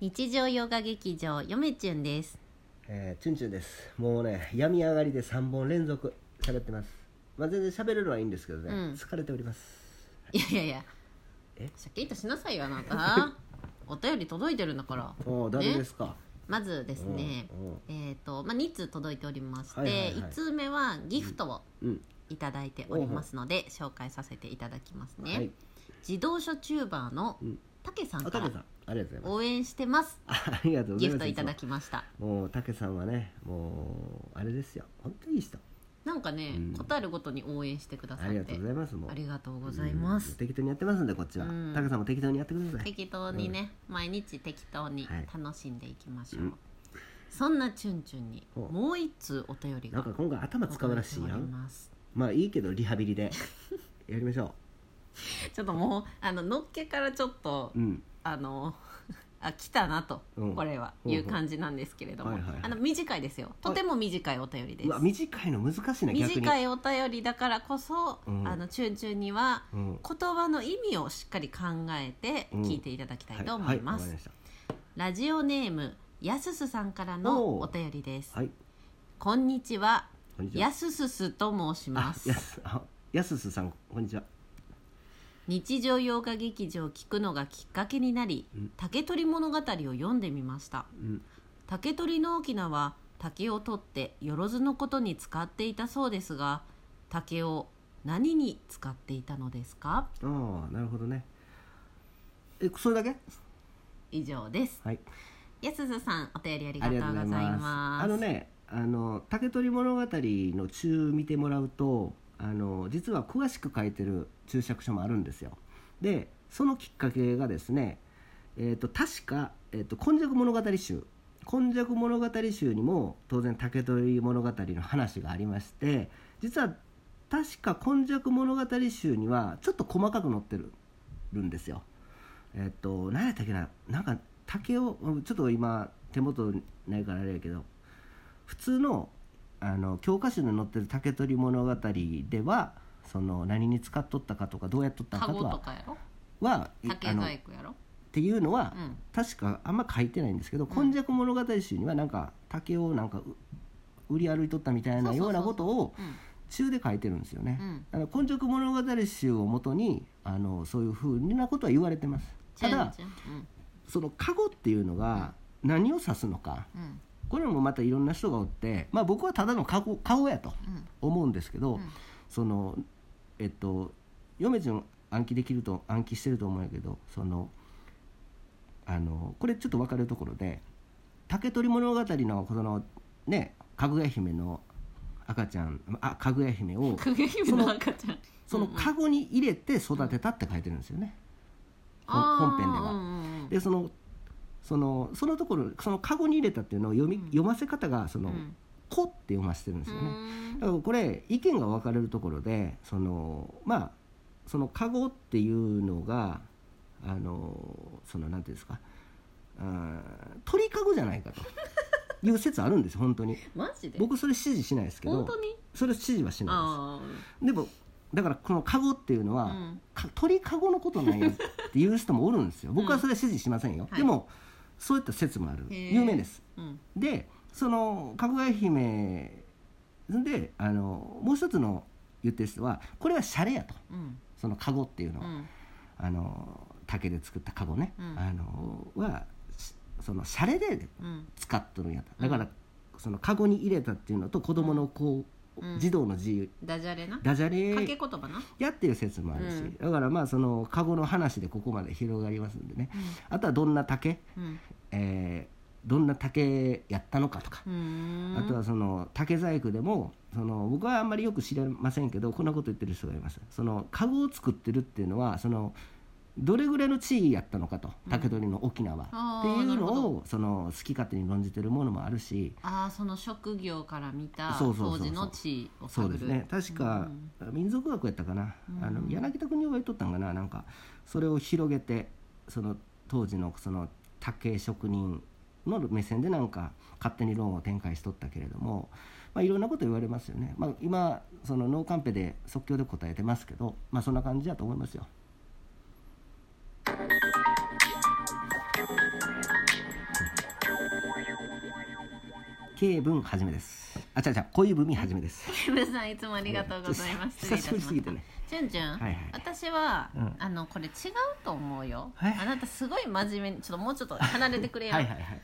日常ヨガ劇場よめちゅんですえー、チュンチュンですもうね病み上がりで3本連続喋ってますまあ全然喋れるのはいいんですけどね、うん疲れておりますいやいやいやえシャキッとしなさいよあな たお便り届いてるんだからおお誰ねですか、まずですねおうえっ、とまあ2通届いておりまして、はいはいはい1通目はギフトをおううんいただいておりますので、紹介させていただきますね、はい自動車チューバーのうんたけさんあかたけらさんありがとうございます応援してますあありがとうござギいフまトすいただきましたいつももうたけさんはねもうあれですよ本当にいい人なんかね、うんことあるごとに応援してくださあっりてがとうございますもうありがとうございますうん適当にやってますんでこっちはうんたけさんも適当にやってください適当にね、毎日適当にはい楽しんでいきましょう、うんそんなチュンチュンにほうもう一通お便りなんがか今回頭使うらしいや届ておりんますまあいいけどリハビリでやりましょちょっともうあののっけからちょっと、ううんあのあ来たなと、うんこれはほういほうう感じなんですけれども、はいはいはいあの短いですよとても短いお便りです、うわ短いの難しいな逆に短いお便りだからこそ、うんあのチュンチュンにはうん言葉の意味をしっかり考えてうん聞いていただきたいと思います、はいはいわかりましたラジオネームやすすさんからのおうお便りです、はいこんにちはこんにちはやすすすと申しまあやすすあやすすさんこんにちは日常洋画劇場を聞くのがきっかけになりうん竹取物語を読んでみましたうん竹取の翁は竹を取ってよろずのことに使っていたそうですが竹を何に使っていたのですかああなるほどねえそれだけ以上ですはいやすすさんお便りありあがとりうがごとうござざいいまますすあのねあの「竹取物語」の中見てもらうとあの実は詳しく書いてる注釈書もあるんですよでそのきっかけがですねえっ、と確か「えー、と今昔物語集」「今昔物語集」にも当然竹取物語の話がありまして実は確か「今昔物語集」にはちょっと細かく載ってるるんですよえっと何やったっけななんか竹をうんちょっと今手元ないからあれやけど普通のあの教科書に載ってる竹取物語ではその何に使っとったかとかどうやっとったかカとゴとはかやろは竹あのっ細工やろていうのは、うん確かあんま書いてないんですけど「今昔物語集」にはなんか竹をなんかう売り歩いとったみたいなようなことをうん中で書いてるんですよねう。んあの今昔物語集をもとにあのそういうふうなことは言われてますただチュンチュンその過去っていうのが何を指すのかうんうんこれもまたいろんな人がおって、まあ、僕はただの過去顔やとうん思うんですけど、うんそのえっと嫁ちゃん暗記できると暗記してると思うんやけどそのあのこれちょっと分かるところで「竹取物語の」このねかぐや姫の赤ちゃんあかぐや姫をクゲ姫の赤ちゃんそのうんうんカゴに入れて育てたって書いてるんですよね、ほあー本編ではうんうんでそのそのそのところそのカゴに入れたっていうのを読み、うん読ませ方がそうんの「こ」って読ませてるんですよね、うんだからこれ意見が分かれるところでそのまあそのカゴっていうのがあのそのなんていうんですかあー鳥かごじゃないかという説あるんです本当にマジで僕それ支持しないですけ本ど当にそれ支持はしないあですでもだからこのカゴっていうのは、あうんか鳥かごのことなんやっていう人もおるんで すよ僕はそれは支持しませんよ、はいでもそういった説もあるへー有名ですうんでそのかぐや姫であのもう一つの言ってる人はこれはシャレやとうんそのかごっていうのうは、んあの竹で作ったかごね、うんあのはしそのシャレでうん使っとるんやとだから、そのかごに入れたっていうのと子供のこう、うん児童の自由ダジャレなダジャレ掛け言葉なやっていう説もあるし、うんだからまあそのカゴの話でここまで広がりますんでねあとはどんな竹、うんえーどんな竹やったのかとか、うんあとはその竹細工でもその僕はあんまりよく知りませんけどこんなこと言ってる人がいますそのカゴを作ってるっていうのはそのどれぐらいの地位やったのかとうん竹取の沖縄、あってーいうなるのほをその好き勝手に論じてるものもあるしああその職業から見たそうそ当うそうそう時の地位をそう探るですね確か、民族学やったかな、うんあの柳田国夫が言っとったんかななんかそれを広げてその当時のその竹職人の目線でなんか勝手に論を展開しとったけれども、まあ、いろんなこと言われますよね、まあ、今そのノーカンペで即興で答えてますけど、まあ、そんな感じだと思いますよ慶文はじめですあ違う違う恋文はじめですブさんいつもありがとうございます。久しぶりすぎてね。ねチュンチュン、はいはい私は、うんあのこれ違うと思うよ。えあなたすごい真面目にちょっともうちょっと離れてくれよ。はいはいはい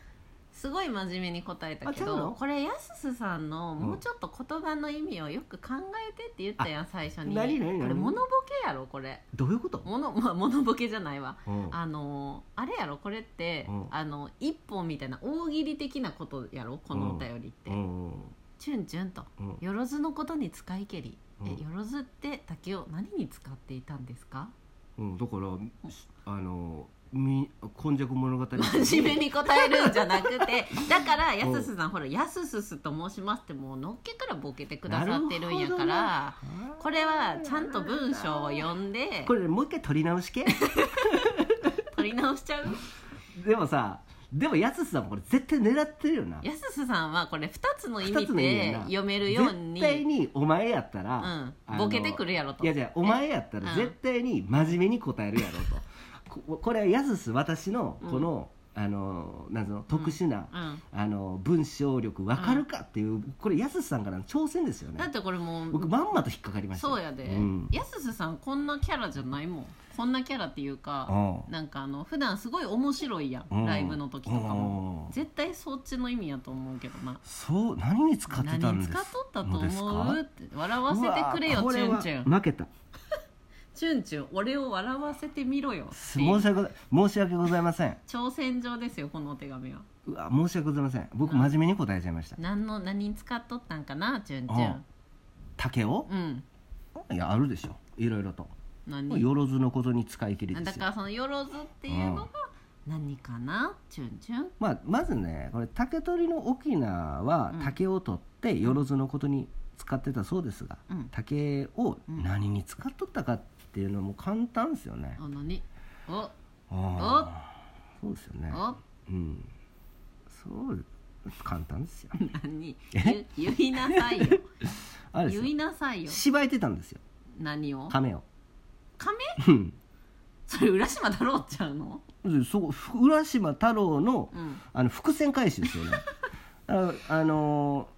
すごい真面目に答えたけあ違うどのこれやすすさんのもうちょっと言葉の意味をよく考えてって言ったやん最初に何何何これモノボケやろこれどういうことモノ,、 まあ、モノボケじゃないわうんあのーあれやろこれって、うんあの一本みたいな大喜利的なことやろこのお便りって、うんチュンチュンとうんよろずのことに使いけり、えうんよろずって竹を何に使っていたんですかうんだからしあのみ今昔物語真面目に答えるんじゃなく てだからやすすさんほら「やすすすと申します」ってもうのっけからボケてくださってるんやかなら、これはちゃんと文章を読んでこれもう一回取り 直し系取り直しちゃうでもさでもやすさんもこれ絶対狙ってるよなやすすさんはこれ2つの意味二つの意味でやな読めるように絶対にお前やったうら、んあ、のボケてくるやろといやじゃお前やったらうん絶対に真面目に答えるやろと、ここれはやすす私のこの、あのなんつうの特殊な、うん、あの文章力わかるかっていう、これやすすさんからの挑戦ですよだっねてこれもう僕まんまと引っかかりましたよそうやで、んやすすさんこんなキャラじゃないもんこんなキャラっていうか、うなんかあの普段すごい面白いやん、んライブの時とかも、うん絶対そっちの意味やと思うけどなそう何に使ってたん何です使っとったと思うのっですかて笑わせてくれうよわチこュれはンチュン負けたチュンチュン俺を笑わせてみろよっすてい申うし訳ござ申し訳ございません挑戦状ですよこのお手紙はうわ申し訳ございません僕真面目に答えちゃいました何の何に使っとったんかなチュンチュン竹をうんいやあるでしょいろいろと何よろずのことに使い切りでだすかよらそのよろずっていうのが何かなチュンチュンまあまずねこれ竹取りの翁はうん竹を取ってよろずのことに使ってたそうですがうん竹を何に使っとったかっていうのも簡単ですよねあ何おあーそうですよねおうんそう簡単ですよ何ゆ言いなさいよあれです言よいなさいよ芝居てたんですよ何を 亀を亀うんそれ浦島太郎ちゃうのでそこふ浦島太郎のうんあの伏線回収で すよねあのあの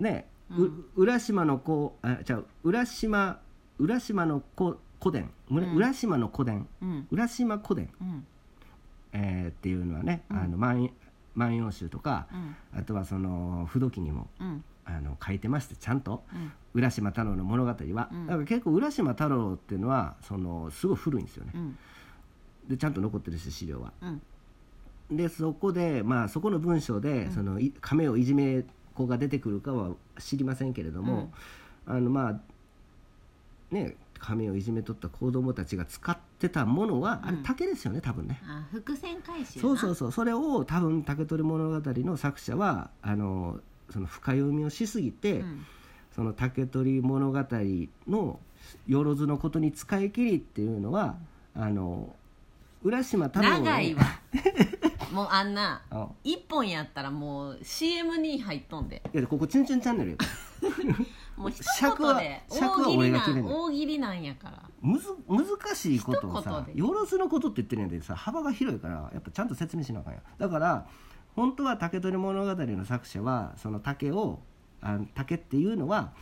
ーね、ううん浦島の子あ違う浦島浦島の子古伝、むらうん浦島の古伝うん浦島古伝、うんえーっていうのはね「うんあの万葉万葉集」とかうんあとはその不動記にもうんあの書いてましてちゃんとうん浦島太郎の物語は、うんだから結構浦島太郎っていうのはそのすごい古いんですよねう、んでちゃんと残ってるし資料は。うんでそこで、まあ、そこの文章で、うんそのい亀をいじめっ子が出てくるかは知りませんけれども、あのまあね亀をいじめとった子供たちが使ってたものは、うんあれ竹ですよね多分ね。あ伏線回収なそうそうそうそれを多分「竹取物語」の作者はあのその深読みをしすぎて、うんその竹取物語のよろずのことに使い切りっていうのは、あの浦島太郎のね長 いわもうあんなあの一本やったらもう CM に入っとんでいやここ「チュンチュンチャンネル」よもう一尺言はで大尺は喜利俺がな決めんんねん大喜利なんやからむず難しいことを一さ言でよろずのことって言ってるんやでさ幅が広いからやっぱちゃんと説明しなあかんやだから本当は「竹取物語」の作者はその竹をあの竹っていうのは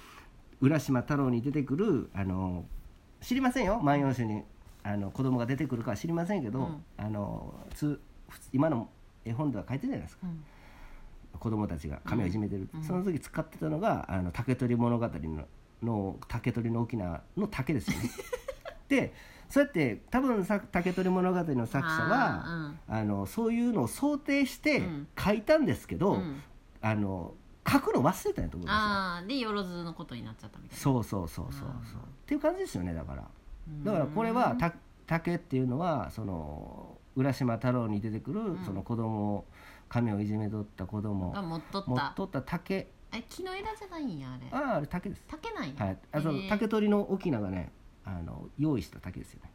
浦島太郎に出てくるあの知りませんよ「万葉集」にあの子供が出てくるかは知りませんけど、うんあのつ普通今の絵本では書いてるじゃないですかうん子供たちが亀をいじめてる、うんその時使ってたのが「あの竹取物語の」の竹取の沖縄の竹です よね。でそうやって多分さ「竹取物語」の作者はあ、あのそういうのを想定してうん書いたんですけーど、うんうんあの書くの忘れたんやと思うんであーでよろずのことになっちゃったみたいすよ。そうそうそうそうそうっていう感じですよねだから。なだからこれはうんた竹っていうのはその浦島太郎に出てくるんその子供を亀をいじめとった子供が持っとっ持たっとった竹え木の枝じゃないんやあれあああれ竹です竹なんやはいあそへのえ竹取りの翁がねあの用意した竹ですよね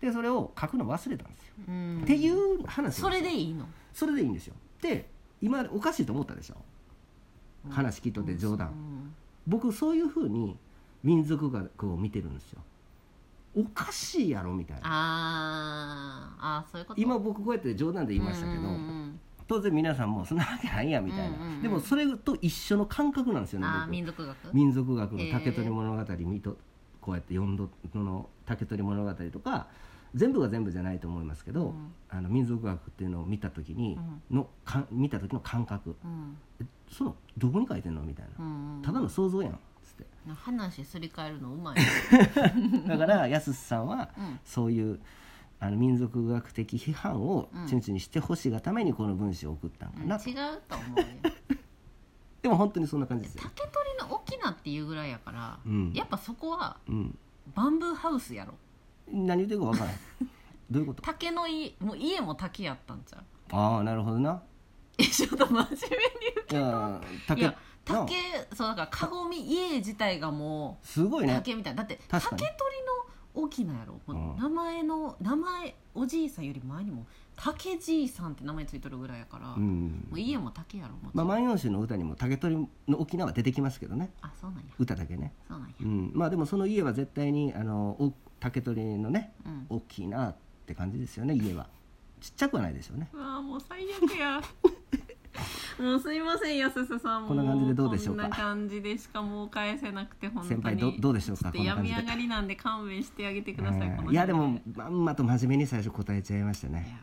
でそれを書くの忘れたんですよ、うんっていう話なんですよそれでいいのそれでいいんですよで今おかしいと思ったでしょ話聞いとって冗談談僕そういうふうに民族学を見てるんですよおかしいやろみたいなあーあーそういうこと今僕こうやって冗談で言いましたけど、うんうんうん当然皆さんもそんなわけないやみたいな、うんうんうんでもそれと一緒の感覚なんですよねああ僕民族学民族学へえの「竹取物語」見とこうやって読んどその「竹取物語」とか全部が全部じゃないと思いますけど、うんあの民族学っていうのを見た時に、のか見た時の感覚うんそのどこに書いてんのみたいうんうな、んうんただの想像やんっつってな話すり替えるのう まいね、だからやすしさんはうんそういうあの民族学的批判をうんチュンチュンにしてほしいがためにこの文章を送ったんかうん、な、違うと思う よでも本当にそんな感じですよ竹、取の沖縄っていうぐらいやから、うんやっぱそこはうん、バンブーハウスやろ何言ってるか分からないどういうこと竹の家もう家も竹やったんちゃうああなるほどなえちょっと真面目にいや言うい竹や竹そうだから鏡家自体がもすごういね竹みたいなだって竹確か取にの沖縄やろ、もううん名前の名前おじいさんより前にも竹じいさんって名前ついてるぐらいやから、うもんう家も竹やろもちまろあ「ん、万葉集」の歌にも竹取の沖縄は出てきますけどねあそうなんや歌だけね、そうなんやうん、まあでもその家は絶対にあのお竹取のねうん大きいなって感じですよね家はちっちゃくはないでしょうねうわあもう最悪 やもうすいません安瀬さんもこんな感じでどうでしょうかこんな感じでしかもう返せなくて本当に先輩どどうでしょうちょかっとこんな病み感じ上でがりなんで勘弁してあげてください、このうん辺いやでもまんまと真面目に最初答えちゃいましたいやね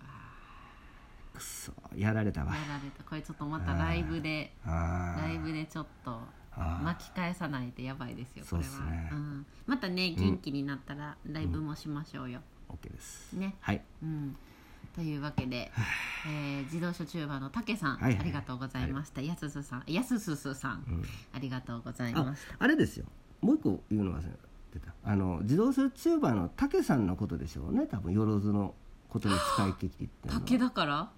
くそやられたーわやられたこれちょっとまたライブであーライブでちょっとあー巻き返さないとやばいですよこそうれっはすねん、またね元気になったらライブもしましょうよ、 OK ですねはいうん、というわけで、えー、自動車チューバーのたけさん、はいはいはいありがとうございました、やすすさんやすすすさん、うんありがとうございあましたあれですよもう一個言うの忘れてたあの自動車チューバーのたけさんのことでしょうね多分よろずのことに使い切ってっていうのは竹だから